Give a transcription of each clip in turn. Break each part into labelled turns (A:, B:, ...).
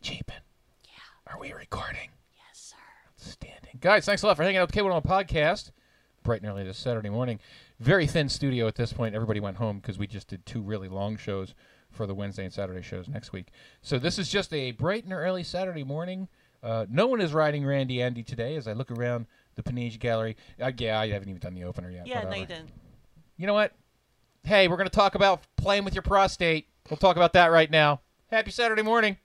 A: cheaping. Yeah. Are we recording?
B: Yes, sir.
A: Standing. Guys, thanks a lot for hanging out with Cable on Podcast. Bright and early this Saturday morning. Very thin studio at this point. Everybody went home because we just did two really long shows for the Wednesday and Saturday shows next week. So this is just a bright and early Saturday morning. Uh, no one is riding Randy Andy today as I look around the Panage Gallery. Uh, yeah, I haven't even done the opener yet.
B: Yeah,
A: but,
B: no,
A: uh,
B: you didn't.
A: You know what? Hey, we're going to talk about playing with your prostate. We'll talk about that right now. Happy Saturday morning.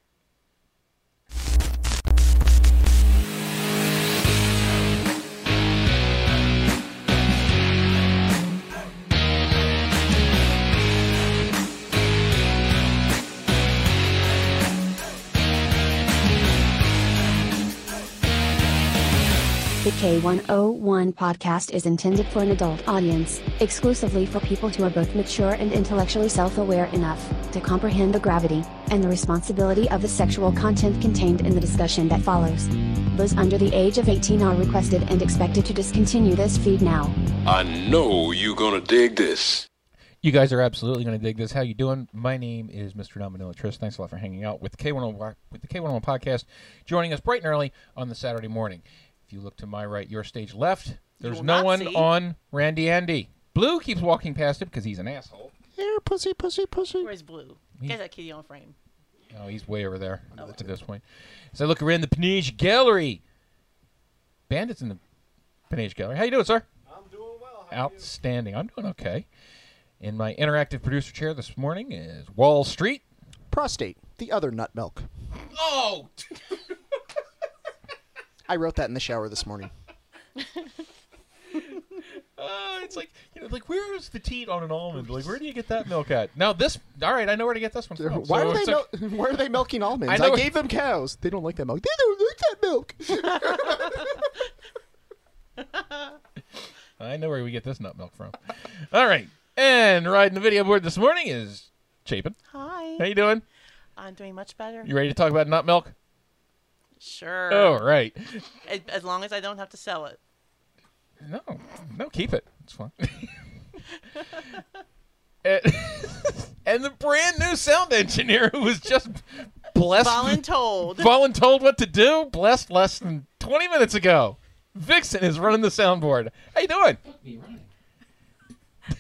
C: The K101 podcast is intended for an adult audience, exclusively for people who are both mature and intellectually self aware enough to comprehend the gravity and the responsibility of the sexual content contained in the discussion that follows. Those under the age of 18 are requested and expected to discontinue this feed now.
D: I know you gonna dig this.
A: You guys are absolutely going to dig this. How you doing? My name is Mr. Nominella Trist. Thanks a lot for hanging out with K10 wa- with the K101 podcast, joining us bright and early on the Saturday morning. If you look to my right, your stage left, there's
B: will
A: no
B: not
A: one
B: see.
A: on Randy Andy. Blue keeps walking past him because he's an asshole.
B: Where's Blue? Get that kitty on frame.
A: Oh, he's way over there at this point. As I look around the Panage Gallery, Bandit's in the Panage Gallery. How you doing, sir? I'm doing well. Outstanding. I'm doing okay. In my interactive producer chair this morning is Wall Street.
E: prostate, the other nut milk.
A: Oh,
E: I wrote that in the shower this morning.
A: uh, it's like you know, like where is the teat on an almond? Like where do you get that milk at? Now this, all right, I know where to get this one from.
E: Why,
A: So
E: are they
A: it's a-
E: mil- why are they milking
A: I
E: almonds?
A: know
E: I,
A: it-
E: gave them cows. They don't like that milk. They don't like that milk.
A: I know where we get this nut milk from. all right, and riding the video board this morning is Chapin.
B: Hi.
A: How you doing?
B: I'm doing much better.
A: You ready to talk about nut milk?
B: Sure.
A: All right.
B: As, as long as I don't have to sell it.
A: No, no, keep it. It's fine. and, and the brand new sound engineer who was just blessed,
B: Voluntold.
A: voluntold what to do, blessed less than 20 minutes ago. Vixen is running the soundboard. How you doing?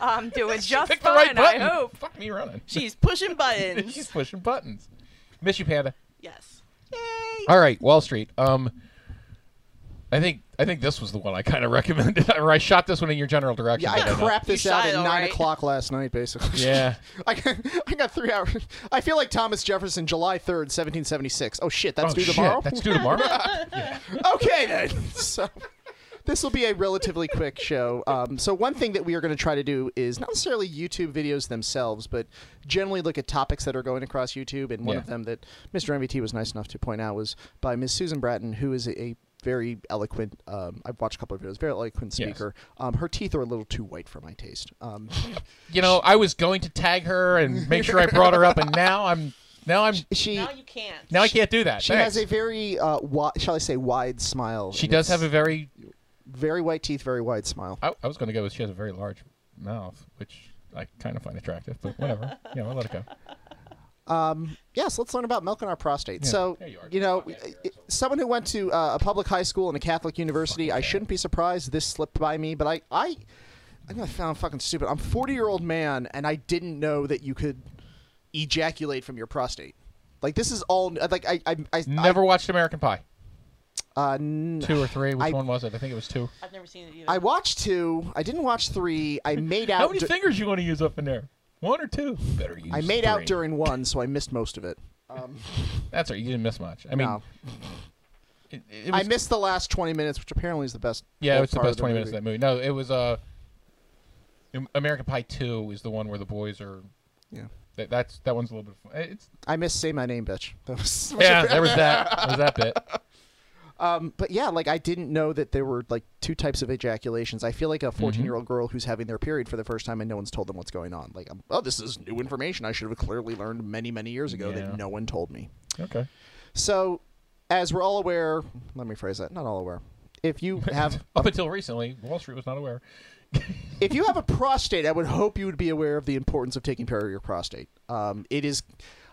F: I'm doing just
A: Pick
F: fine,
A: the right button.
F: I hope.
A: Fuck me running.
B: She's pushing buttons.
A: She's pushing buttons. Miss you, Panda.
B: Yes.
A: All right, Wall Street. Um, I think I think this was the one I kind of recommended, or I shot this one in your general direction.
E: Yeah, I
A: did not?
E: crapped this
B: You
E: out
B: shot
E: at
B: it, all
E: 9
B: right.
E: o'clock last night, basically.
A: Yeah.
E: I, got, I got three hours. I feel like Thomas Jefferson, July 3rd, 1776. Oh, shit, that's
A: Oh,
E: due
A: shit,
E: tomorrow?
A: That's due tomorrow.
E: okay, then. So. This will be a relatively quick show. Um, so, one thing that we are going to try to do is not necessarily YouTube videos themselves, but generally look at topics that are going across YouTube. And one
A: Yeah.
E: of them that Mr. MVT was nice enough to point out was by Ms. Susan Bratton, who is a, a very eloquent. Um, I've watched a couple of videos. Very eloquent
A: Yes.
E: speaker. Um, her teeth are a little too white for my taste. Um,
A: you know, I was going to tag her and make sure I brought her up, and now I'm now I'm
E: she
B: Now you can't.
A: now I can't do that.
E: she
A: Thanks.
E: has a very uh, wi- shall I say wide smile.
A: she
E: and
A: does
E: it's
A: have a very.
E: very white teeth, very wide smile.
A: I, I was going to go with she has a very large mouth, which I kind of find attractive, but whatever. you know, I'll let it go.
E: Yes, let's learn about milk in our prostate. so,
A: there you are.
E: know, i- someone who went to uh, a public high school and a Catholic university, I shouldn't be surprised this slipped by me, but I, I, I know I found fucking stupid. I'm 40 year old man, and I didn't know that you could ejaculate from your prostate. Like this is all like I I, I
A: Never watched American Pie.
E: I, uh, n-
A: Two or three. Which
E: I-
A: one was it? I think it was two.
B: I've never seen it either.
E: I watched two. I didn't watch three. I made out.
A: How many
E: dur-
A: fingers you want to use up in there? One or two? Better use.
E: I made out
A: three.
E: during one, so I missed most of it.
A: That's right. You didn't miss much. I mean,
E: No.
A: it, it was,
E: I missed the last 20 minutes, which apparently is the best.
A: Yeah,
E: uh,
A: it was the
E: part of
A: best twenty minutes
E: movie.
A: of that movie. No, it was uh, Am- American Pie Two is the one where the boys are.
E: Yeah.
A: That, that's that one's a little bit. Fun. It's
E: I missed "Say My Name, Bitch." That was
A: yeah. There was that. There was that bit.
E: but yeah, like I didn't know that there were like two types of ejaculations. I feel like a
A: Mm-hmm.
E: 14 year old girl who's having their period for the first time and no one's told them what's going on. Like, I'm, oh, this is new information I should have clearly learned many, many years ago
A: Yeah.
E: that no one told me.
A: Okay.
E: So, as we're all aware, let me phrase that, not all aware. If you have
A: Up until recently, Wall Street was not aware.
E: if you have a prostate, I would hope you would be aware of the importance of taking care of your prostate. Um, it is,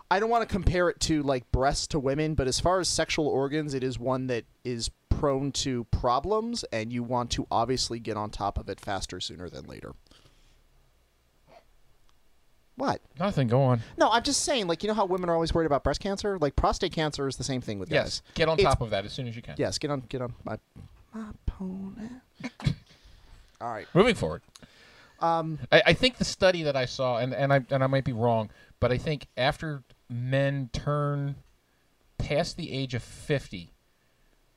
E: I don't want to compare it to like breasts to women, but as far as sexual organs, it is one that is prone to problems, and you want to obviously get on top of it faster sooner than later. What?
A: Nothing. Go on.
E: No, I'm just saying, like, you know how women are always worried about breast cancer? Like, prostate cancer is the same thing with
A: Yes.
E: guys.
A: Get on
E: It's-
A: top of that as soon as you can.
E: Yes, get on, get on my, my pony. All right.
A: Moving forward. Um, I, I think the study that I saw, and, and I and I might be wrong, but I think after men turn past the age of fifty,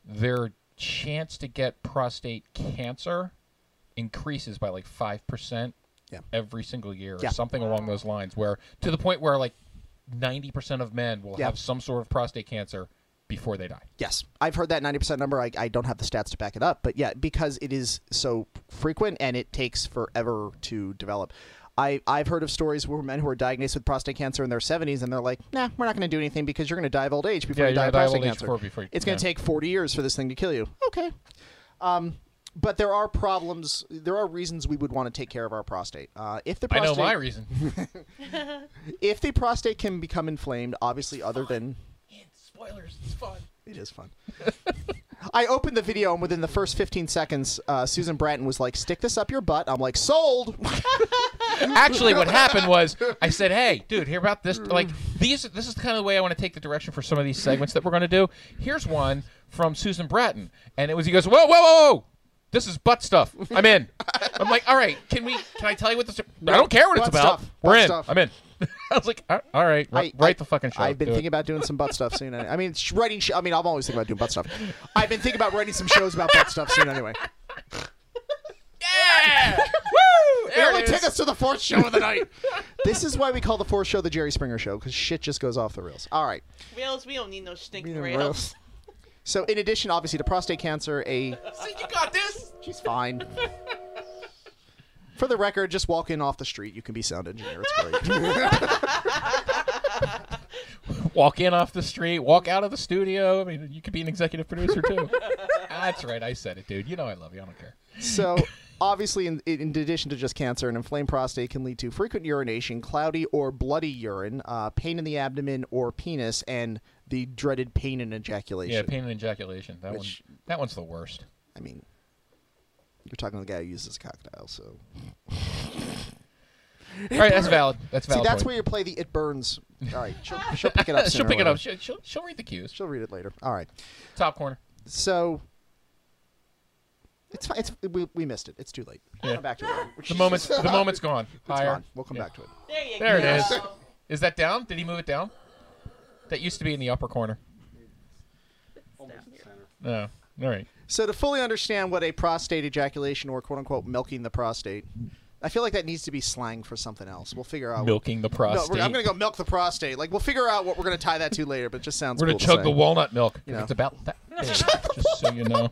A: their chance to get prostate cancer increases by like five percent
E: Yeah.
A: every single year,
E: Yeah.
A: or something along those lines. Where to the point where like ninety percent of men will
E: Yeah.
A: have some sort of prostate cancer before they die.
E: Yes, I've heard that 90% number. I, I don't have the stats to back it up, but yeah, because it is so frequent and it takes forever to develop. I, I've heard of stories where men who are diagnosed with prostate cancer in their 70s and they're like, nah, we're not going to do anything because you're going to die of old age before
A: Yeah,
E: you
A: you're
E: die of
A: gonna die of
E: prostate
A: old age
E: cancer.
A: before- before you-
E: it's going
A: yeah.
E: to take 40 years for this thing to kill you. Okay. Um, but there are problems. There are reasons we would want to take care of our prostate. Uh, if the
A: I
E: prostate,
A: know my reason.
E: if the prostate can become inflamed, obviously, other than
A: Spoilers. It's fun.
E: it is fun. I opened the video and within the first 15 seconds, uh, Susan Bratton was like, "Stick this up your butt." I'm like, "Sold."
A: actually what happened was i said hey dude hear about this like these this is the kind of the way i want to take the direction for some of these segments that we're going to do here's one from susan bratton and it was he goes whoa whoa whoa whoa this is butt stuff i'm in i'm like all right can we can i tell you what this i don't care what it's
E: Butt
A: about
E: stuff.
A: we're
E: Butt
A: in
E: stuff.
A: i'm in i was like all all right
E: I-
A: write, write
E: I-
A: the fucking show
E: I've been
A: Do it.
E: thinking about doing some butt stuff soon. I I mean, sh- writing. Sh- I mean, I'm always thinking about doing butt stuff. I've been thinking about writing some shows about butt stuff soon. Anyway,
A: yeah woo
E: it
A: there
E: only
A: it is.
E: took us to the fourth show of the night. this is why we call the fourth show the Jerry Springer Show because shit just goes off the rails. All right.
B: Rails, we don't need no stinking
E: Meaning
B: rails.
E: rails. So, in addition, obviously, to prostate cancer, a
A: see you got this
E: she's fine. For the record, just walk in off the street. You can be sound engineer. It's great.
A: walk in off the street, walk out of the studio. I mean, you could be an executive producer too. That's right, I said it, dude. You know I love you. I don't care.
E: So, obviously, in, in addition to just cancer, an inflamed prostate can lead to frequent urination, cloudy or bloody urine, uh, pain in the abdomen or penis, and the dreaded pain and ejaculation.
A: Yeah, pain and ejaculation. That
E: Which-
A: one. That one's the worst.
E: I mean, you're talking to the guy who uses a crocodile, so.
A: All right, that's valid. That's
E: See,
A: valid.
E: that's where
A: point.
E: you play the it burns. All right, she'll, she'll pick it up.
A: she'll
E: sooner or
A: pick it
E: later.
A: up. She'll, she'll, she'll read the cues.
E: She'll read it later. All right.
A: Top corner.
E: So. It's fine. It's, we, we missed it. It's too late. We'll
A: Yeah.
E: come back to it.
A: The moment's the moment's gone.
E: It's
A: Higher.
E: gone. We'll come
A: Yeah.
E: back to it.
B: There you
A: There
B: go.
A: it is. Is that down? Did he move it down? That used to be in the upper corner. No. All right.
E: So to fully understand what a prostate ejaculation or quote unquote milking the prostate, I feel like that needs to be slang for something else. We'll figure out.
A: Milking the
E: No,
A: prostate.
E: we're, I'm gonna go milk the prostate. Like we'll figure out what we're gonna tie that to later, but it just sounds.
A: We're gonna
E: cool to
A: chug
E: say.
A: the walnut milk. 'cause
E: You know.
A: It's about that. big, just so you know.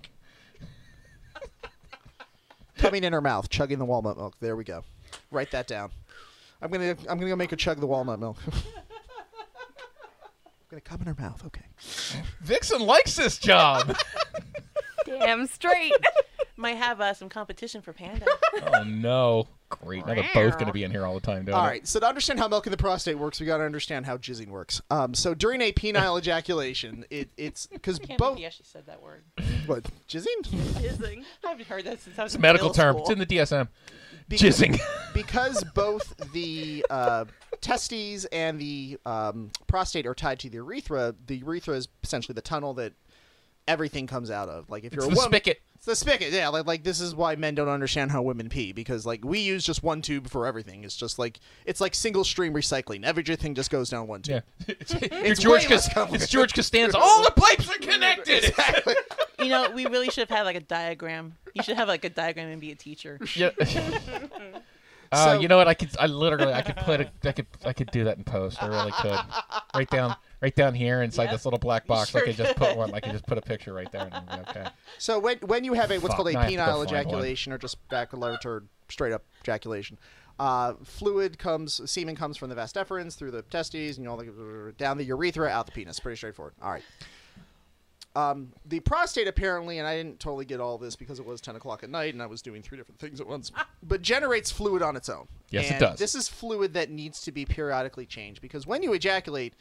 E: coming in her mouth, chugging the walnut milk. There we go. Write that down. I'm gonna I'm gonna go make her chug the walnut milk. I'm gonna come in her mouth. Okay.
A: Vixen likes this job.
F: Damn straight.
B: Might have uh, some competition for Panda.
A: Oh no! Great. Now they're both going to be in here all the time, don't
E: All right. So to understand how milking the prostate works, we gotta understand how jizzing works. Um. So during a penile ejaculation, it it's because
B: Can't
E: both
B: believe you actually said that word.
E: what jizzing.
B: I haven't heard that since I was
A: It's a
B: in
A: medical
B: middle
A: term.
B: School.
A: It's in the DSM.
E: Because-
A: Jizzing.
E: because both the uh, testes and the um, prostate are tied to the urethra, the urethra is essentially the tunnel that everything comes out of. Like if you're
A: It's
E: a
A: the
E: woman,
A: spigot.
E: it's the spigot. Yeah, like, like this is why men don't understand how women pee because like we use just one tube for everything. It's just like it's like single stream recycling. Everything just goes down one
A: Yeah.
E: tube.
A: it's, George
E: way less
A: Cos- it's
E: complicated.
A: George Costanza. All the pipes are connected.
B: You know, we really should have had like a diagram. You should have like a diagram and be a teacher.
A: Yeah. Uh,
E: So-
A: you know what? I could. I literally. I could put. A, I could. I could do that in post. I really could. Right down. Right down here inside
B: Yeah.
A: this little black box. I
B: sure
A: could just put one. I could just put a picture right there. And it'd be okay.
E: So when when you have a what's
A: Fuck,
E: called a
A: now I have to go
E: penile
A: find one.
E: ejaculation or just backlet or straight up ejaculation, uh, fluid comes semen comes from the vas deferens through the testes and all the down the urethra out the penis. Pretty straightforward. All right. Um, the prostate apparently, and I didn't totally get all this because it was 10 o'clock at night and I was doing three different things at once, but generates fluid on its own.
A: Yes, it
E: And
A: does.
E: This is fluid that needs to be periodically changed because when you ejaculate,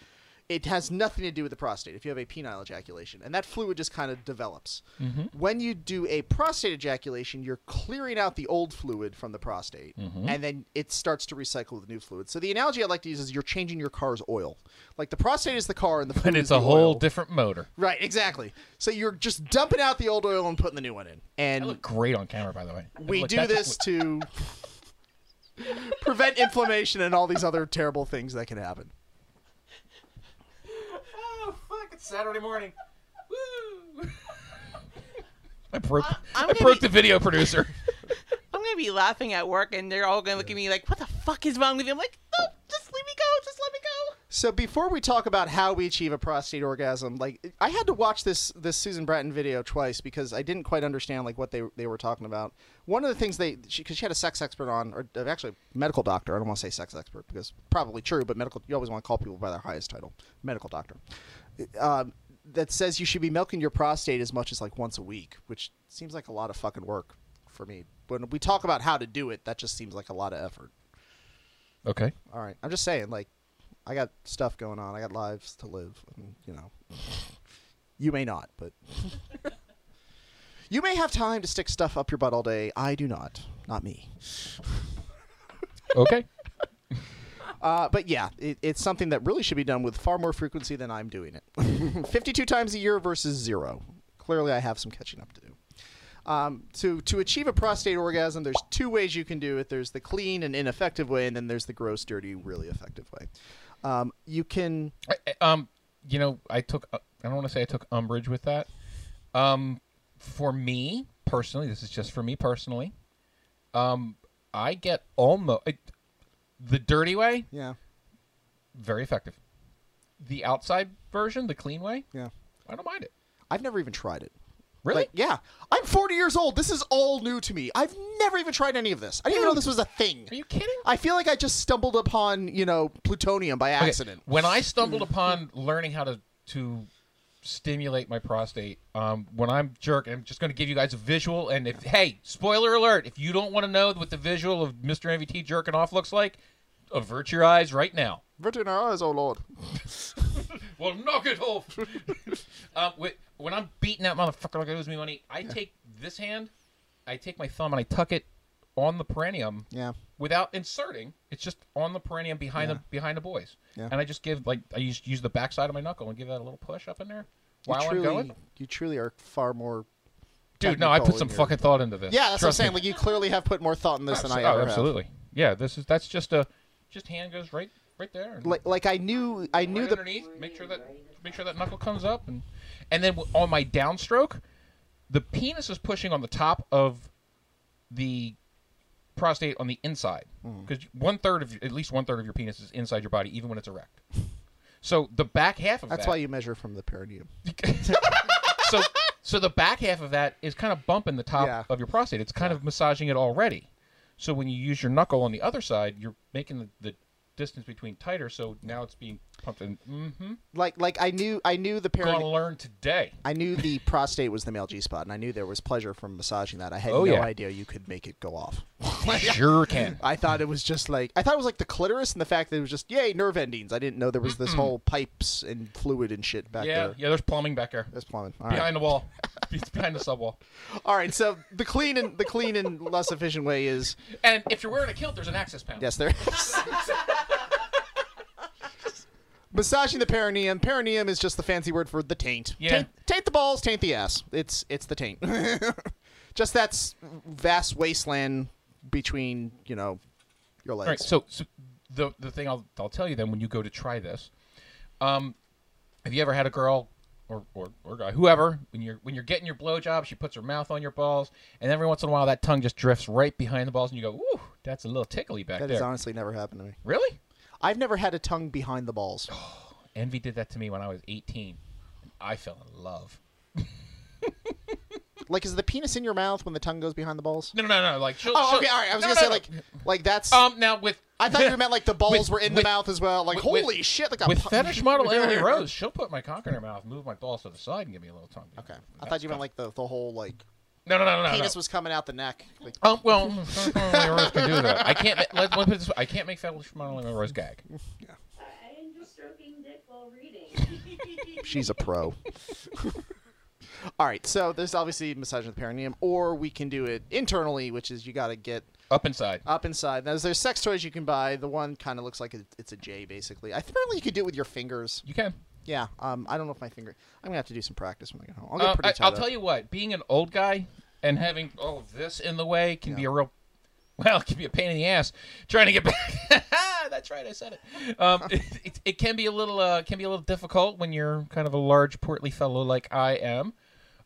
E: it has nothing to do with the prostate if you have a penile ejaculation, and that fluid just kind of develops.
A: Mm-hmm.
E: When you do a prostate ejaculation, you're clearing out the old fluid from the prostate,
A: Mm-hmm.
E: and then it starts to recycle the new fluid. So the analogy I like to use is you're changing your car's oil. Like the prostate is the car, and the fluid
A: And
E: is
A: it's
E: the
A: a whole
E: oil.
A: different motor.
E: Right, exactly. So you're just dumping out the old oil and putting the new one in.
A: I
E: And
A: look great on camera, by the way. I
E: we
A: look-
E: do
A: that's-
E: this to prevent inflammation and all these other terrible things that can happen.
A: Oh fuck! It's Saturday morning. Woo! I broke.
B: I'm
A: I
B: gonna
A: broke
B: be-
A: the video producer.
B: I'm gonna be laughing at work, and they're all gonna look at me like, "What the fuck is wrong with you?" I'm like, "No, just let me go. Just let me go."
E: So before we talk about how we achieve a prostate orgasm, like I had to watch this this Susan Bratton video twice because I didn't quite understand like what they they were talking about. One of the things they because she, 'cause she had a sex expert on, or uh, actually medical doctor. I don't want to say sex expert because probably true, but medical you always want to call people by their highest title, medical doctor. Um, that says you should be milking your prostate as much as like once a week, which seems like a lot of fucking work for me. When we talk about how to do it, that just seems like a lot of effort.
A: Okay.
E: All right. I'm just saying, like, I got stuff going on. I got lives to live. And, you know, you may not, but you may have time to stick stuff up your butt all day. I do not. Not me.
A: Okay.
E: Uh, but yeah, it, it's something that really should be done with far more frequency than I'm doing it. 52 times a year versus zero. Clearly, I have some catching up to do. Um, to to achieve a prostate orgasm, there's two ways you can do it. There's the clean and ineffective way, and then there's the gross, dirty, really effective way. Um, you can
A: I, I- um, you know, I took. uh, I don't want to say I took umbrage with that. Um, for me personally, this is just for me personally. Um, I get almost the dirty way,
E: yeah.
A: very effective. The outside version, the clean way,
E: Yeah.
A: I don't mind it.
E: I've never even tried it.
A: Really?
E: Like, yeah. I'm 40 years old. This is all new to me. I've never even tried any of this. I didn't even know this was a thing.
A: Are you kidding?
E: I feel like I just stumbled upon, you know, plutonium by
A: Okay,
E: accident.
A: When I stumbled upon learning how to to stimulate my prostate, um, when I'm jerking, I'm just going to give you guys a visual. And if hey, spoiler alert, if you don't want to know what the visual of Mr. MVT jerking off looks like, avert your eyes right now.
E: Virgin our eyes, oh lord.
A: Well, knock it off. um, wh- when I'm beating that motherfucker like it owes me money, I take this hand, I take my thumb, and I tuck it on the perineum
E: Yeah.
A: without inserting. It's just on the perineum behind the behind the boys.
E: Yeah.
A: And I just give like I use use the backside of my knuckle and give that a little push up in there while
E: you truly,
A: I'm going.
E: You truly are far more.
A: Dude, no, I
E: technical
A: put some
E: in your-
A: fucking thought into this.
E: Yeah, that's
A: Trust
E: what I'm saying.
A: me.
E: Like you clearly have put more thought in this than I
A: oh,
E: ever have.
A: absolutely. Yeah, this is that's just a just hand goes right right there. And
E: Like, like I knew, I knew
A: right
E: the
A: underneath. Make sure that make sure that knuckle comes up, and and then w- on my downstroke, the penis is pushing on the top of the prostate on the inside
E: Hmm.
A: because one third of at least one third of your penis is inside your body, even when it's erect. So the back half of
E: That's
A: that,
E: why you measure from the perineum.
A: so so the back half of that is kind of bumping the top
E: Yeah.
A: of your prostate. It's kind of massaging it already. So when you use your knuckle on the other side, you're making the, the distance between tighter. So now it's being pumped in. Mm-hmm.
E: Like, like I knew, I knew the
A: Gonna
E: perineum.
A: learn today.
E: I knew the prostate was the male G spot, and I knew there was pleasure from massaging that. I had
A: Oh,
E: no
A: yeah.
E: idea you could make it go off.
A: sure can.
E: I thought it was just like I thought it was like the clitoris and the fact that it was just yay nerve endings. I didn't know there was this whole pipes and fluid and shit back
A: yeah,
E: there.
A: yeah. There's plumbing back there.
E: That's plumbing. All right.
A: behind the wall. it's behind the subwall.
E: All right. So the clean and the clean and less efficient way is
A: And if you're wearing a kilt, there's an access panel.
E: yes, there is. Massaging the perineum. Perineum is just the fancy word for the taint.
A: Yeah.
E: Taint, taint the balls, taint the ass. It's it's the taint. just that s- vast wasteland between you know your legs.
A: All right. So, so the the thing I'll I'll tell you then when you go to try this, um, have you ever had a girl or or, or guy whoever when you're when you're getting your blowjob, she puts her mouth on your balls, and every once in a while that tongue just drifts right behind the balls, and you go, "Ooh, that's a little tickly back
E: that
A: there."
E: has honestly never happened to me.
A: really?
E: I've never had a tongue behind the balls.
A: Envy did that to me when I was 18. And I fell in love.
E: Like, is the penis in your mouth when the tongue goes behind the balls?
A: No, no, no, no. Like, she'll,
E: Oh,
A: she'll-
E: okay, all right. I was
A: no,
E: gonna
A: no,
E: say
A: no.
E: like, like that's
A: Um, now with
E: I thought you meant like the balls
A: With-
E: were in
A: with-
E: the mouth as well. Like
A: with-
E: holy
A: with-
E: shit! Like a
A: With
E: pu-
A: fetish model Emily Rose, she'll put my cock in her mouth, move my balls to the side, and give me a little tongue.
E: Okay, I thought you meant like the, the whole like
A: No, no, no, no, no.
E: penis
A: no.
E: was coming out the neck. Like
A: Um, well, Emily Rose can do that. I can't. ma- Let, let me put it this way. I can't make fetish model Emily Rose gag.
G: I am just stroking dick while reading.
A: Oh,
E: she's a pro. All right, so there's obviously massage with perineum, or we can do it internally, which is you got to get
A: Up inside.
E: up inside. Now, there's sex toys you can buy. The one kind of looks like it- it's a J, basically. I apparently you could do it with your fingers.
A: You can.
E: Yeah. Um. I don't know if my finger. I'm gonna have to do some practice when I get home. I'll get
A: Uh,
E: pretty
A: I,
E: tied
A: I'll
E: up.
A: tell you what. Being an old guy and having all of this in the way can be a real. Well, it can be a pain in the ass trying to get back. That's right, I said it. Um, it, it. It can be a little uh, can be a little difficult when you're kind of a large, portly fellow like I am.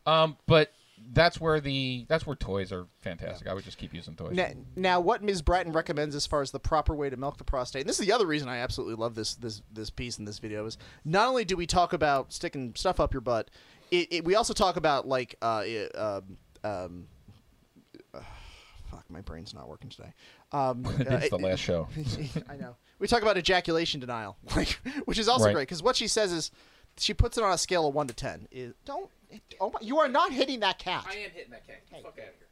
A: Um, but that's where the that's where toys are fantastic. I would just keep using toys.
E: Na- Now, what Ms. Bratton recommends as far as the proper way to milk the prostate, and this is the other reason I absolutely love this this this piece in this video is not only do we talk about sticking stuff up your butt, it, it, we also talk about like uh, it, um, um, uh, fuck, my brain's not working today. Um, uh,
A: it's the
E: it-
A: last show.
E: I know. We talk about ejaculation denial, like, which is also
A: Right.
E: great because what she says is she puts it on a scale of one to ten. Is, don't. Oh my, you are not hitting that cat.
A: am hitting that cat. Get the fuck out of here.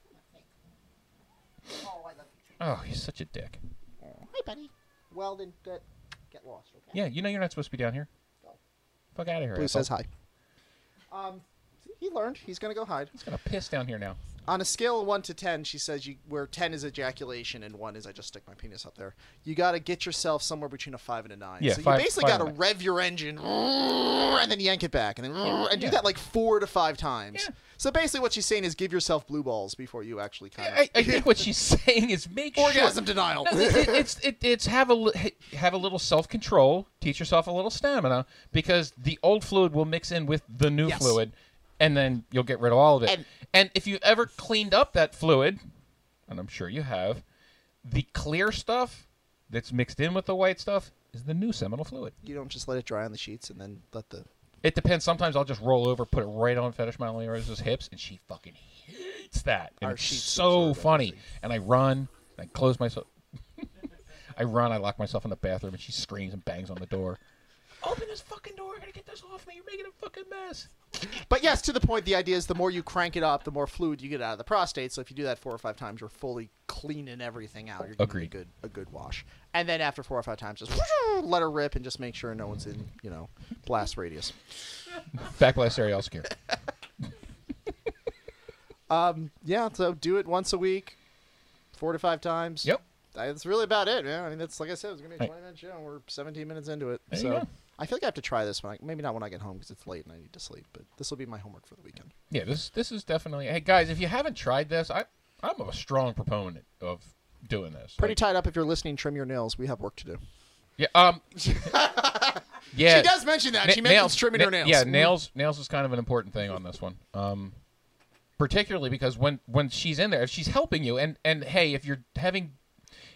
A: Oh, he's such a dick.
E: Hey, buddy. Well, then get, get lost. Okay.
A: Yeah, you know you're not supposed to be down here. Fuck out of here.
E: Blue
A: asshole.
E: says hi. Um, he learned. He's gonna go hide.
A: He's gonna piss down here now.
E: On a scale of one to ten, she says you where ten is ejaculation and one is I just stick my penis up there. You gotta get yourself somewhere between a five and a nine.
A: Yeah,
E: so
A: five-
E: you basically
A: five
E: gotta
A: and a-
E: rev your engine and then yank it back and then and do
A: Yeah.
E: that like four to five times.
A: Yeah.
E: So basically, what she's saying is give yourself blue balls before you actually kind of
A: I, I think what she's saying is make
E: orgasm
A: sure.
E: denial.
A: No, it- it- it's it, it's have a li- have a little self control. Teach yourself a little stamina because the old fluid will mix in with the new
E: Yes.
A: fluid, and then you'll get rid of all of it.
E: And-
A: and if you've ever cleaned up that fluid, and I'm sure you have, the clear stuff that's mixed in with the white stuff is the new seminal fluid.
E: you don't just let it dry on the sheets and then let the
A: It depends. Sometimes I'll just roll over, put it right on Fetish Molly Rose's hips, and she fucking hates that. And
E: Our
A: it's
E: sheets
A: so
E: absorb
A: funny. And I run, and I close myself. I run, I lock myself in the bathroom, and she screams and bangs on the door. Open this fucking door! I gotta get this off me! You're making a fucking mess.
E: But yes, to the point, the idea is the more you crank it up, the more fluid you get out of the prostate. So if you do that four or five times, you're fully cleaning everything out. You're getting a
A: Agreed.
E: good a good wash. And then after four or five times, just let her rip and just make sure no one's in, you know, blast radius.
A: Backblast Ariel scare.
E: Yeah, so do it once a week, four to five times.
A: Yep.
E: That's really about it. Yeah, I mean, that's like I said, it was gonna be a
A: Right.
E: 20 minute show, and we're 17 minutes into it.
A: There you
E: so
A: go.
E: I feel like I have to try this one. Maybe not when I get home because it's late and I need to sleep. But this will be my homework for the weekend.
A: Yeah, this this is definitely. Hey guys, if you haven't tried this, I I'm a strong proponent of doing this.
E: Pretty
A: Like,
E: tied up. If you're listening, trim your nails. We have work to do.
A: yeah. Um. yeah.
E: She does mention that.
A: Na-
E: she mentions
A: nails-
E: trimming
A: na-
E: her nails. Mm-hmm.
A: Yeah, nails. Nails is kind of an important thing on this one, um, particularly because when when she's in there, if she's helping you, and and hey, if you're having,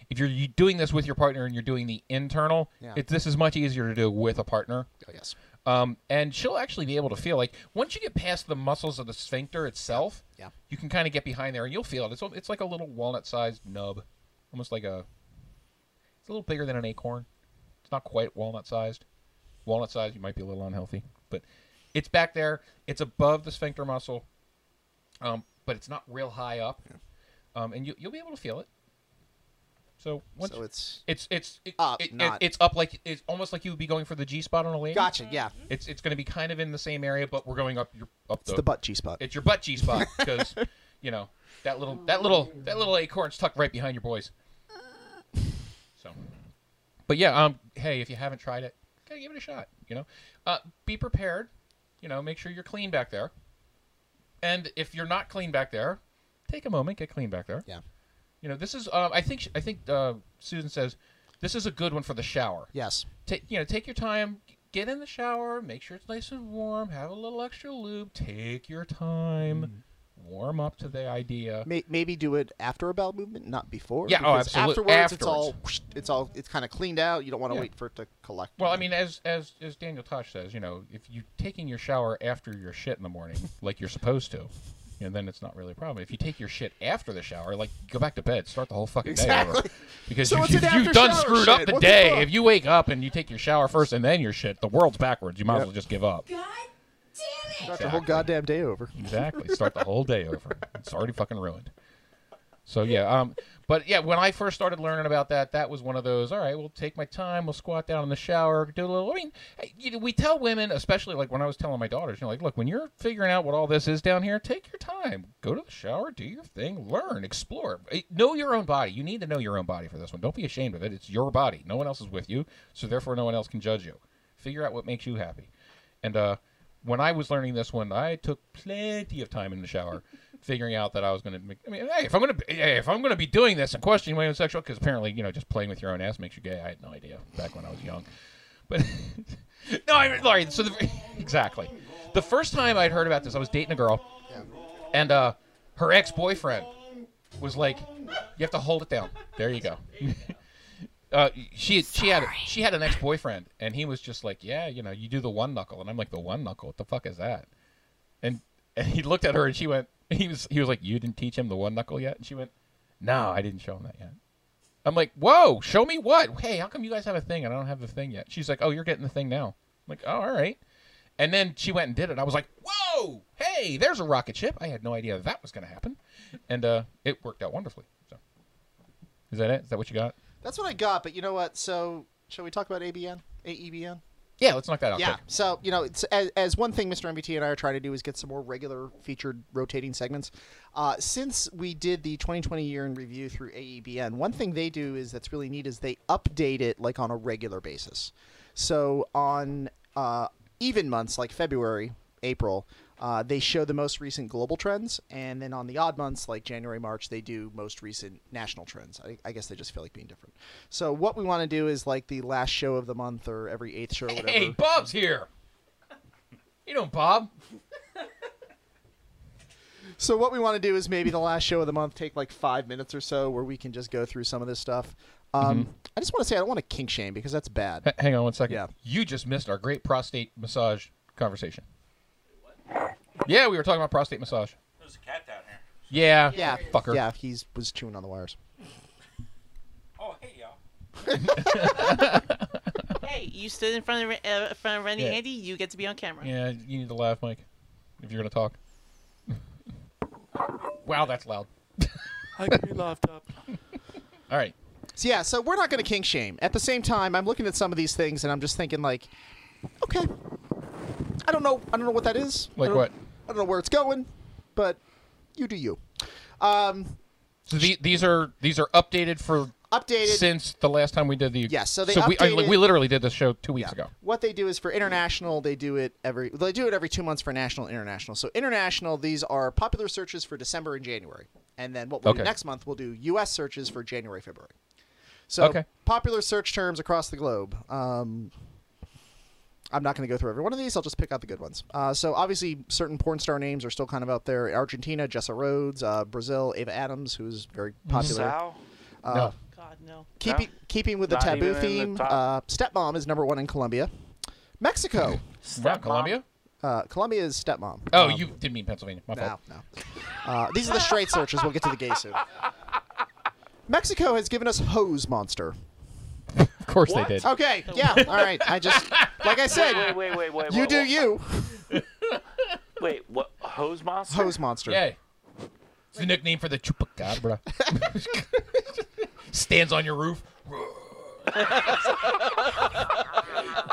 A: if you're you doing this with your partner and you're doing the internal,
E: Yeah.
A: it, this is much easier to do with a partner.
E: Oh, yes.
A: Um, and she'll actually be able to feel like once you get past the muscles of the sphincter itself,
E: Yeah.
A: you can kind of get behind there and you'll feel it. It's al- it's like a little walnut sized nub, almost like a. It's a little bigger than an acorn. It's not quite walnut sized. Walnut sized, you might be a little unhealthy, but it's back there. It's above the sphincter muscle, um, but it's not real high up, um, and you, you'll be able to feel it. So once
E: So it's
A: it's it's it-
E: Up,
A: it- it-
E: not-
A: it's up like it's almost like you would be going for the G spot on a lady.
E: gotcha. Yeah,
A: It's it's going to be kind of in the same area, but we're going up your up
E: it's the butt G spot.
A: It's your butt G spot because you know that little that little that little acorn's tucked right behind your boys. So, but yeah, um, hey, if you haven't tried it, gotta give it a shot. You know, uh, be prepared. You know, make sure you're clean back there. And if you're not clean back there, take a moment, get clean back there.
E: Yeah.
A: You know, this is um, I think I think uh, Susan says this is a good one for the shower
E: Yes.
A: take you know take your time g- get in the shower make sure it's nice and warm have a little extra lube take your time warm up to the idea
E: May- maybe do it after a bowel movement, not before.
A: Yeah, oh,
E: because
A: absolute-
E: Afterwards, it's all
A: afterwards.
E: it's all it's kind of cleaned out. You don't want to
A: Yeah.
E: wait for it to collect.
A: well i mean as as as daniel tosh says you know if you're taking your shower after your shit in the morning like you're supposed to you you know, then it's not really a problem. If you take your shit after the shower, like go back to bed, start the whole fucking day over.
E: Exactly.
A: Because
E: So
A: you,
E: it's
A: you,
E: an after
A: have done
E: shower
A: screwed up
E: shit.
A: the
E: What the
A: day.
E: fuck?
A: if you wake up and you take your shower first and then your shit, the world's backwards. You might as well just give up.
E: Start the whole goddamn day over.
A: Exactly. Start the whole day over. It's already fucking ruined. So yeah, um, but yeah, when I first started learning about that, that was one of those. All right, we'll take my time. We'll squat down in the shower, do a little. I mean, hey, you know, we tell women, especially like when I was telling my daughters, you know, like, look, when you're figuring out what all this is down here, take your time. Go to the shower, do your thing, learn, explore, Eh, know your own body. You need to know your own body for this one. Don't be ashamed of it. It's your body. No one else is with you, so therefore, no one else can judge you. Figure out what makes you happy. And uh, when I was learning this one, I took plenty of time in the shower figuring out that I was going to. make I mean, hey, if I'm going to, hey, if I'm going to be doing this and questioning my own sexual, because apparently, you know, just playing with your own ass makes you gay. I had no idea back when I was young, but no, I mean, Laurie. So the, exactly, the first time I'd heard about this, I was dating a girl, and uh, her ex-boyfriend was like, "You have to hold it down." There you go. Uh, she she had she had an ex boyfriend, and he was just like, yeah, you know, you do the one knuckle, and I'm like, the one knuckle, what the fuck is that? And and he looked at her, and she went, he was he was like, you didn't teach him the one knuckle yet, and she went, no, I didn't show him that yet. I'm like, whoa, show me what? Hey, how come you guys have a thing and I don't have the thing yet? She's like, oh, you're getting the thing now. I'm like, oh, all right. And then she went and did it. I was like, whoa, hey, there's a rocket ship. I had no idea that was going to happen, and uh, it worked out wonderfully. So, is that it? Is that what you got?
E: That's what I got, but you know what? So, shall we talk about ABN? AEBN?
A: Yeah, let's knock that out.
E: yeah.
A: quick.
E: So, you know, it's, as, as one thing Mr. MBT and I are trying to do is get some more regular featured rotating segments. Uh, since we did the 2020 year in review through AEBN, one thing they do is that's really neat is they update it like on a regular basis. So, on uh, even months like February, April, uh, they show the most recent global trends, and then on the odd months like January, March, they do most recent national trends. I, I guess they just feel like being different. So what we want to do is like the last show of the month or every eighth show, or whatever.
A: Hey, Bob's here. You know, Bob.
E: So what we want to do is maybe the last show of the month take like five minutes or so where we can just go through some of this stuff.
A: Mm-hmm.
E: Um, I just want to say I don't want to kink shame because that's bad.
A: hang on one second.
E: Yeah.
A: You just missed our great prostate massage conversation. Yeah, we were talking about prostate massage.
H: There's a cat down here.
A: Yeah.
E: Yeah.
A: Fucker.
E: yeah, he's was chewing on the wires.
H: Oh, hey, y'all.
B: Hey, you stood in front of uh, in front of Randy
A: Yeah.
B: Andy. You get to be on camera.
A: Yeah, you need to laugh, Mike, if you're gonna talk. wow, that's loud.
H: I can be laughed up.
A: All right.
E: So yeah, so we're not going to kink shame. At the same time, I'm looking at some of these things and I'm just thinking like, okay, I don't know, I don't know what that is. I
A: Like
E: don't-
A: what?
E: I don't know where it's going, but you do you.
A: So the, these are these are updated for
E: Updated.
A: since the last time we did the.
E: Yes, so they
A: we I- like,
E: updated-
A: we literally did this show two weeks
E: Yeah.
A: ago.
E: What they do is for international, they do it every they do it every two months for national and international. So international, these are popular searches for December and January, and then what we'll do
A: Okay.
E: next month, we'll do U.S. searches for January, February. So
A: Okay.
E: popular search terms across the globe. Um, I'm not going to go through every one of these. I'll just pick out the good ones. Uh, so obviously, certain porn star names are still kind of out there. Argentina, Jessa Rhodes, uh, Brazil, Ava Adams, who's very popular.
H: Sow?
E: Uh,
A: no.
B: God
H: Oh,
B: no.
E: Keeping
H: No.
E: keeping with the
H: Not even
E: taboo
H: in the
E: theme,
H: top.
E: uh, stepmom is number one in Colombia. Mexico,
A: Wow, Columbia.
E: uh, Colombia is stepmom.
A: Oh,
E: Um,
A: you didn't mean Pennsylvania. My
E: no,
A: fault.
E: no. Uh, these are the straight searches. We'll get to the gay soon. Mexico has given us hose monster.
A: Of course they did.
E: Okay, yeah, all right. I just, like I said,
H: Wait, wait, wait, wait.
E: you
H: wait,
E: do
H: wait,
E: you.
H: Wait, what? Hose monster?
E: Hose monster.
A: Yay. It's the nickname for the chupacabra. Stands on your roof.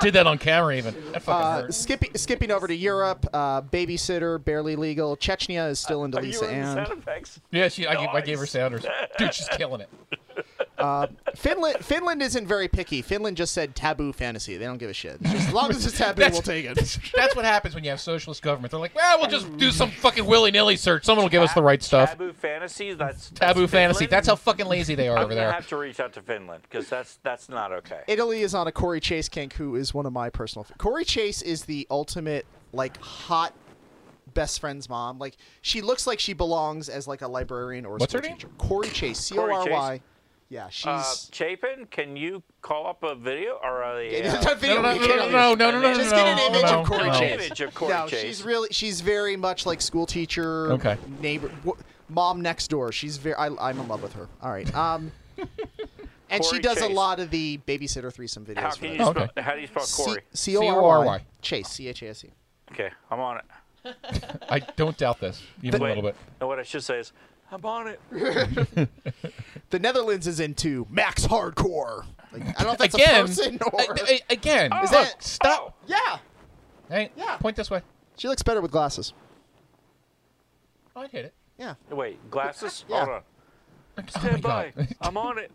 A: Did that on camera even. That fucking
E: Uh,
A: hurt.
E: skipping skipping over to Europe, uh, babysitter barely legal. Chechnya is still into
H: Uh, Are you
E: Lisa
H: in the
E: and
H: sound effects?
A: Yeah, she. I, gave, I gave her
H: nice.
A: sounders. Dude, she's killing it.
E: Finland. Finland isn't very picky. Finland just said taboo fantasy. They don't give a shit. As long as it's taboo, we'll take it.
A: That's what happens when you have socialist government. They're like, well, we'll just do some fucking willy nilly search. Someone will give us the right stuff.
H: Taboo fantasy? That's. that's
A: Taboo fantasy.
H: Finland?
A: That's how fucking lazy they are
H: I'm
A: over
H: gonna
A: there.
H: have to reach out to Finland because that's that's not okay.
E: Italy is on a Corey Chase kink, who is one of my personal. F- Corey Chase is the ultimate like hot best friend's mom. Like she looks like she belongs as like a librarian or a
A: What's
E: school
A: her name?
E: teacher. Corey Chase, C O
H: Corey Chase?
E: R Y. Yeah, she's.
H: Uh, Chapin, can you call up a video or a?
E: It's
H: Uh,
E: not video,
A: no,
E: you
A: no,
E: can't
A: no,
E: even-
A: no, no, no, no,
E: Just get an
A: no,
E: image
A: no,
E: of Corey
A: no.
E: Chase.
H: Image of Corey
E: no,
H: Chase.
E: she's really, she's very much like school teacher,
A: Okay.
E: neighbor, w- mom next door. She's very, I, I'm in love with her. All right, um, and she
H: Corey
E: does a
H: Chase.
E: lot of the babysitter threesome videos.
H: how
E: for
H: can you
E: those.
A: Okay.
H: spell? How do you spell Corey?
E: Oh. C O R Y
A: C-O-R-Y.
E: Chase C H A S E.
H: Okay, I'm on it.
A: I don't doubt this even a
H: Wait.
A: little bit.
H: No, what I should say is, I'm on it.
E: The Netherlands is into max hardcore. Like, I don't know if that's
A: Again,
E: a person
A: a-
E: or
A: a- again,
H: Oh,
A: look,
E: that-
A: stop?
E: yeah.
A: Hey,
E: Yeah.
A: point this way.
E: She looks better with glasses.
A: Oh, I hit it.
E: Yeah,
H: oh, Wait, glasses?
E: Yeah.
H: Hold on.
A: oh my
H: Stand by.
A: God.
H: I'm on it.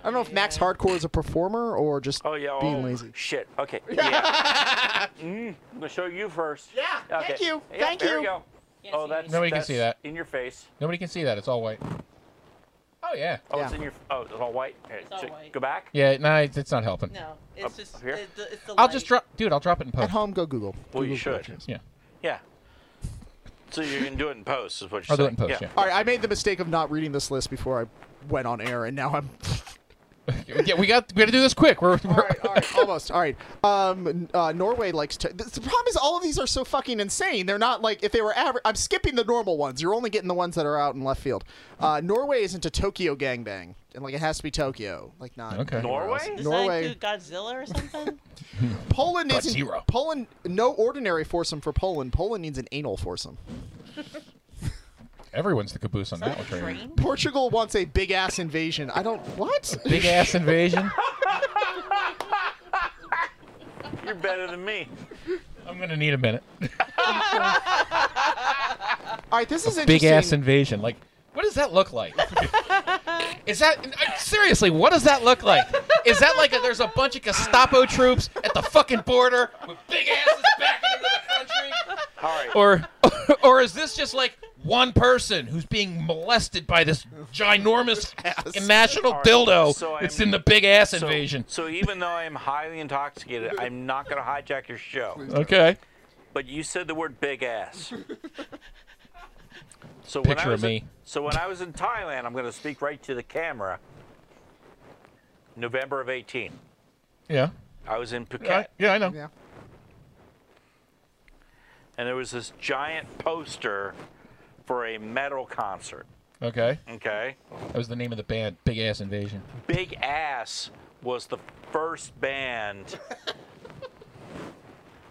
E: I don't know if max hardcore is a performer or just
H: Oh yeah.
E: being
H: oh,
E: lazy.
H: Shit. Okay. Yeah. mm, I'm gonna show you first.
E: Yeah,
H: Okay.
E: thank you,
H: Yeah,
E: thank
H: there
E: you.
H: We go. Oh, that's
A: Nobody can
H: that's
A: see that.
H: in your face.
A: Nobody can see that. It's all white. Oh yeah.
H: Oh, it's
E: Yeah.
H: in your. Oh, it's all white. Here,
B: all
H: check-
B: white.
H: Go back.
A: Yeah, no, it's it's not helping.
B: No,
H: Up-
B: it's just
H: up here?
B: it- the- it's the
A: I'll just
B: light.
A: drop, dude. I'll drop it in
E: At
A: post.
E: home, go Google.
H: Well, you
E: Google
H: should.
E: Corey Chase.
A: Yeah,
H: Yeah. So you can do it in post, is what you're
A: I'll do it
H: saying.
A: in post. Yeah,
E: All right, I made the mistake of not reading this list before I went on air, and now I'm
A: yeah. we got we got to do this quick. We're, we're
E: all right, all right, almost. All right, um, n- uh, Norway likes to. The problem is, all of these are so fucking insane. They're not like if they were average. I'm skipping the normal ones. You're only getting the ones that are out in left field. Uh, Norway is into Tokyo gangbang, and like it has to be Tokyo, like not
A: Okay.
E: anywhere else.
H: Norway?
B: Does that
E: Norway,
B: include Godzilla or something?
E: Poland
A: Got
E: isn't
A: zero.
E: Poland. No ordinary foursome for Poland. Poland needs an anal foursome.
A: everyone's the caboose on that one. Trey.
B: Train?
E: Portugal wants a big ass invasion. I don't what.
A: Big ass invasion.
H: You're better than me.
A: I'm gonna need a minute.
E: All right, this is interesting.
A: Big ass invasion. Like, what does that look like? Is that I- seriously? What does that look like? Is that like a, there's a bunch of Gestapo troops at the fucking border with big asses backing into the country?
H: All right.
A: or or is this just like one person who's being molested by this ginormous national
H: All right,
A: dildo
H: so I'm-
A: that's in the big ass
H: so,
A: invasion?
H: So even though I'm highly intoxicated, I'm not gonna hijack your show.
A: okay.
H: But you said the word big ass. So when
A: Picture
H: I
A: of
H: was in-
A: me.
H: so when I was in Thailand, I'm gonna speak right to the camera. November of 18.
A: Yeah.
H: I was in Phuket,
A: I- yeah, I know.
E: Yeah.
H: and there was this giant poster for a metal concert.
A: Okay.
H: Okay.
A: That was the name of the band, Big Ass Invasion.
H: Big Ass was the first band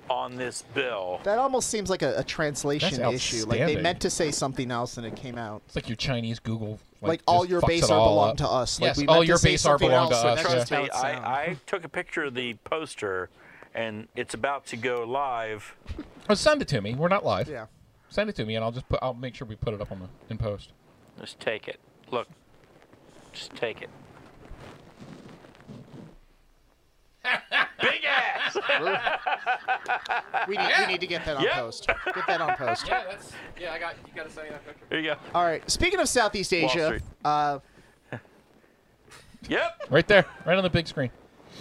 H: on this bill.
E: That almost seems like a, a translation
A: That's
E: issue. Like they
A: outstanding.
E: meant to say something else and it came out.
A: It's like your Chinese Google. Like,
E: Like, all
A: just
E: your
A: fucks
E: bass
A: it
E: are
A: all
E: belong
A: up.
E: to us. Like,
A: Yes,
E: we meant
A: all
E: to
A: your
E: say
A: bass are
E: something
A: belong to
E: else, so
A: us.
E: that's
A: yeah.
E: just-
H: Trust me,
E: That's how it sounds.
H: I, I took a picture of the poster, and it's about to go live.
A: Oh, send it to me. We're not live.
E: Yeah.
A: Send it to me, and I'll just put. I'll make sure we put it up on the in post.
H: Just take it. Look, just take it. Big ass.
E: We need, we need to get that on
H: Yeah.
E: post. Get that on post.
A: Yeah, that's. Yeah, I got. You gotta send me that picture.
H: Here you go.
E: All right. Speaking of Southeast Asia,
H: Street.
E: uh,
H: Yep.
A: Right there, right on the big screen.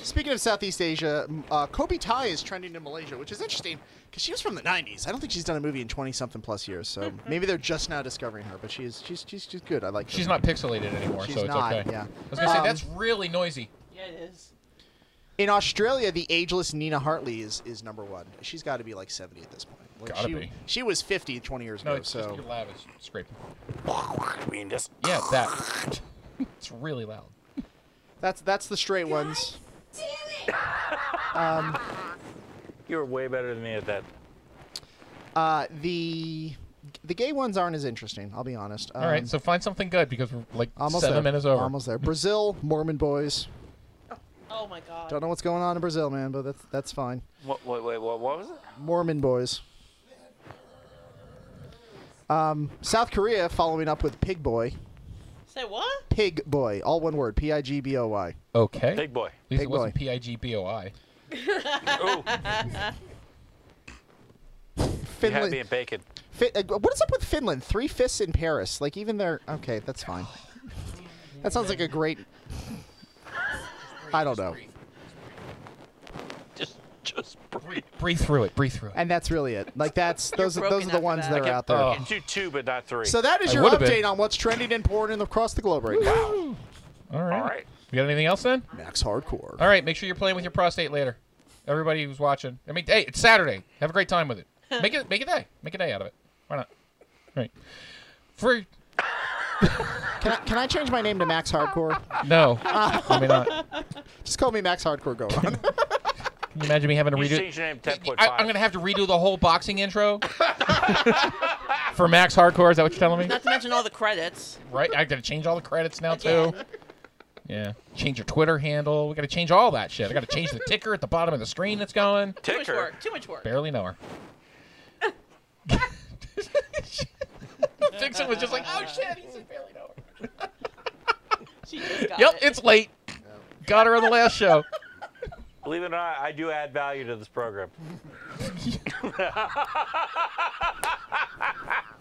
E: speaking of Southeast Asia, m- uh, Kobe Thai is trending in Malaysia, which is interesting because she was from the '90s. I don't think she's done a movie in 20 something plus years, so
H: Mm-hmm.
E: maybe they're just now discovering her. But she's she's she's, she's good. I like. her.
A: She's not pixelated anymore,
E: She's
A: so it's
E: not,
A: okay.
E: yeah.
A: I was gonna say
E: Um,
A: that's really noisy.
B: yeah, it is.
E: In Australia, the ageless Nina Hartley is, is number one. She's got to be like 70 at this point. Like,
A: Gotta
E: she,
A: be.
E: She was 50 20 years
A: No,
E: ago.
A: it's just
E: So
A: your lab is scraping.
H: I mean, just
A: Yeah, that. it's really loud.
E: that's that's the straight ones.
H: you were way better than me at that.
E: Uh, the the gay ones aren't as interesting. I'll be honest. Um,
A: All right, so find something good because we're like
E: almost
A: seven
E: there.
A: minutes over.
E: Almost there. Brazil Mormon boys.
B: Oh my god.
E: Don't know what's going on in Brazil, man, but that's that's fine.
H: What? Wait, wait, what, what was it?
E: Mormon boys. Um, South Korea following up with Pig Boy.
B: Say what?
E: Pig Boy, all one word. P I G B O Y.
A: Okay.
H: Big boy.
A: At least
E: Big
A: it wasn't
E: boy.
A: P I G B O I.
H: Oh, you had me
E: Finland.
H: in bacon.
E: Fin- uh, what is up with Finland? Three fists in Paris. Like even their okay, that's fine. that sounds like a great. I don't know.
H: Just, just breathe.
A: Breathe through it. Breathe through it.
E: And that's really it. Like that's those are,
B: broken
E: those are the
B: after
E: ones
B: that.
E: that are
B: Okay,
E: out there.
A: uh,
H: I can do two, but not three.
E: So that is
A: I
E: your
A: would've been.
E: update on what's trending in porn and across the globe right now.
A: All right.
H: All right.
A: You got anything else then?
E: Max Hardcore.
A: All right. Make sure you're playing with your prostate later. Everybody who's watching. I mean, hey, it's Saturday. Have a great time with it. Make it make a day. Make a day out of it. Why not? Right. For
E: Can I, can I change my name to Max Hardcore?
A: no, I mean not. Can
E: Just call me Max Hardcore. Go on.
A: you imagine me having to
H: You
A: redo?
H: changed your name to 10.5.
A: I, I'm gonna have to redo the whole boxing intro for Max Hardcore. Is that what you're telling me?
B: Not to mention all the credits.
A: Right. I gotta change all the credits now too.
B: Again.
A: Yeah. Change your Twitter handle. We gotta change all that shit. I gotta change the ticker at the bottom of the screen that's going.
B: Too much
H: Ticker.
B: work. Too much work.
A: Barely know her. Dixon was just like, oh shit, he said barely know her.
B: She just got
A: Yep,
B: it.
A: it's late. Got her on the last show.
H: Believe it or not, I do add value to this program.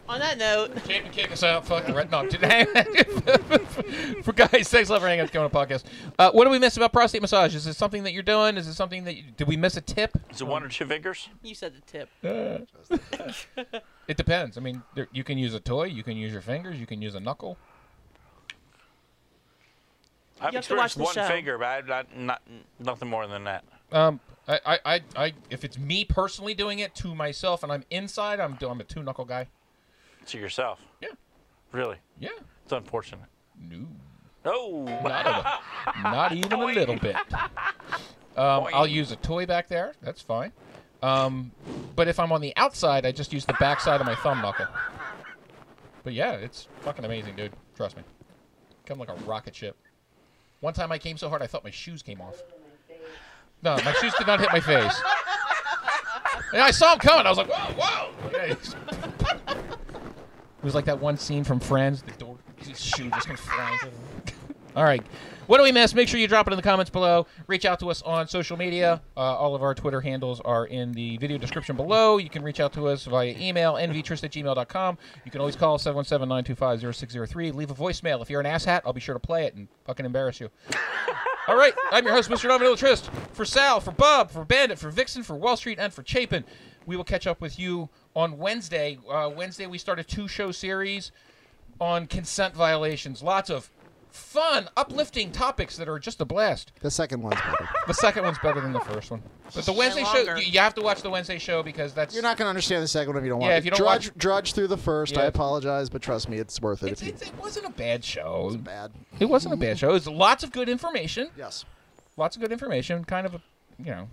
B: On that note,
A: Can't kick us out. Fuck the retinol. Did- For guys, thanks a lot for hanging out with Kona Podcast. Uh, what do we miss about prostate massage? Is it something that you're doing? Is it something that you, did we miss a tip?
H: Is it one or two fingers?
B: you said the tip.
A: It depends. I mean, there, you can use a toy, you can use your fingers, you can use a knuckle.
H: I've
B: You have to watch
H: experienced
B: the
H: one
B: show.
H: finger, but I've not, not nothing more than that.
A: Um, I, I, I, I, if it's me personally doing it to myself and I'm inside, I'm, do- I'm a two knuckle guy.
H: To yourself,
A: Yeah,
H: really?
A: yeah.
H: It's unfortunate.
A: No,
H: Oh,
A: not, a, not even a little bit. Um, I'll use a toy back there. That's fine. Um, but if I'm on the outside, I just use the backside of my thumb knuckle. But yeah, it's fucking amazing, dude. Trust me. Come like a rocket ship. One time I came so hard I thought my shoes came off. No, my shoes did not hit my face. And I saw him coming. I was like, whoa, whoa. Yeah, he's- It was like that one scene from Friends. The door, his shoe just comes flying. to the- All right. What do we miss? Make sure you drop it in the comments below. Reach out to us on social media. Uh, all of our Twitter handles are in the video description below. You can reach out to us via email, nvtrist at gmail.com. You can always call 717 925 0603. Leave a voicemail. If you're an asshat, I'll be sure to play it and fucking embarrass you. All right, I'm your host, Mr. Domino Trist. For Sal, for Bob, for Bandit, for Vixen, for Wall Street, and for Chapin, we will catch up with you on Wednesday. Uh, Wednesday, we start a two-show series on consent violations. Lots of fun, uplifting topics that are just a blast.
E: The second one's better.
A: The second one's better than the first one, but the Wednesday show
B: longer.
A: you, you have to watch the Wednesday show because that's
E: You're not going to understand the second one if you don't
A: Yeah,
E: watch
A: if you don't
E: drudge,
A: watch-
E: drudge through the first. I
A: Yeah.
E: apologize, but trust me, it's worth it.
A: It's,
E: if you
A: it's, it wasn't a bad show.
E: bad.
A: It wasn't a bad show. It was lots of good information.
E: Yes.
A: lots of good information. Kind of, a, you know,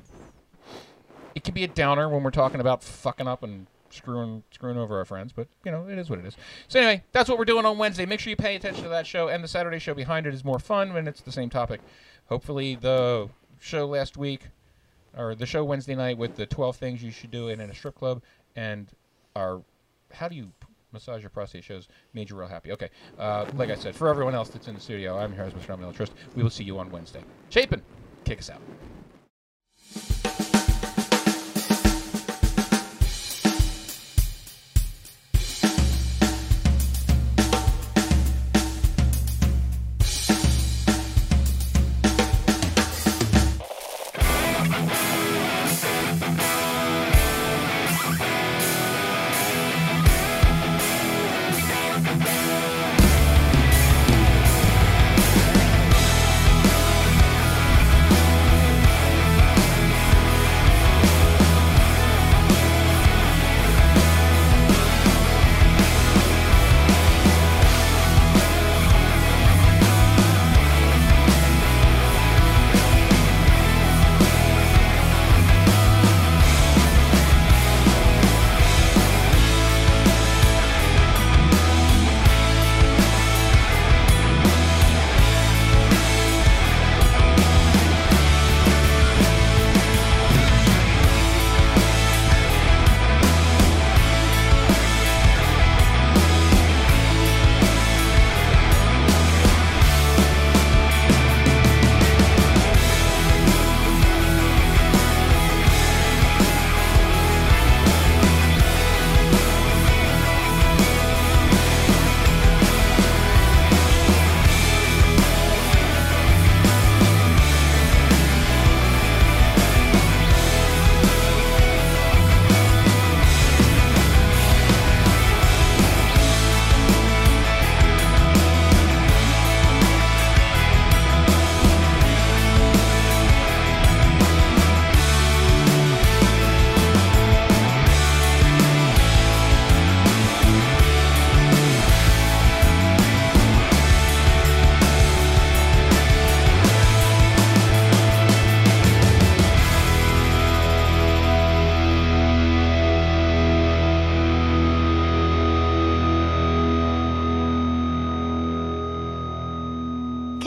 A: it can be a downer when we're talking about fucking up and screwing screwing over our friends, but you know, it is what it is. So anyway, that's what we're doing on Wednesday. Make sure you pay attention to that show, and the Saturday show behind it is more fun when it's the same topic. Hopefully, the show last week or the show Wednesday night with the twelve things you should do in, a strip club and our how do you p- massage your prostate shows made you real happy. Okay, uh, like I said, for everyone else that's in the studio, I'm here as Mr. Nominal Trist. We will see you on Wednesday. Chapin, kick us out.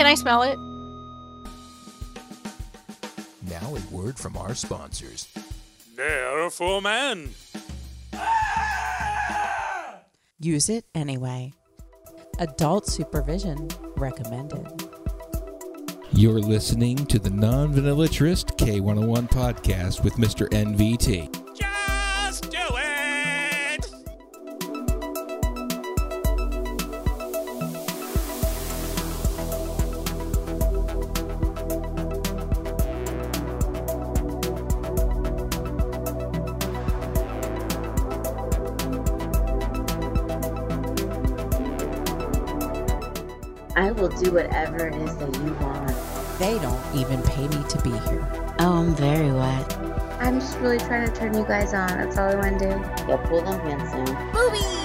C: I smell it?
A: Now a word from our sponsors.
I: Therefore, man.
J: Use it anyway. Adult supervision recommended.
A: You're listening to the Non Vanillatrist K101 podcast with Mr. NVT.
I: Just do it!
K: I will do whatever it is that you want.
J: They don't even pay me to be here.
L: Oh, I'm very wet.
K: I'm just really trying to turn you guys on. That's all I want to do. Yeah, pull them handsome.
C: Boobies!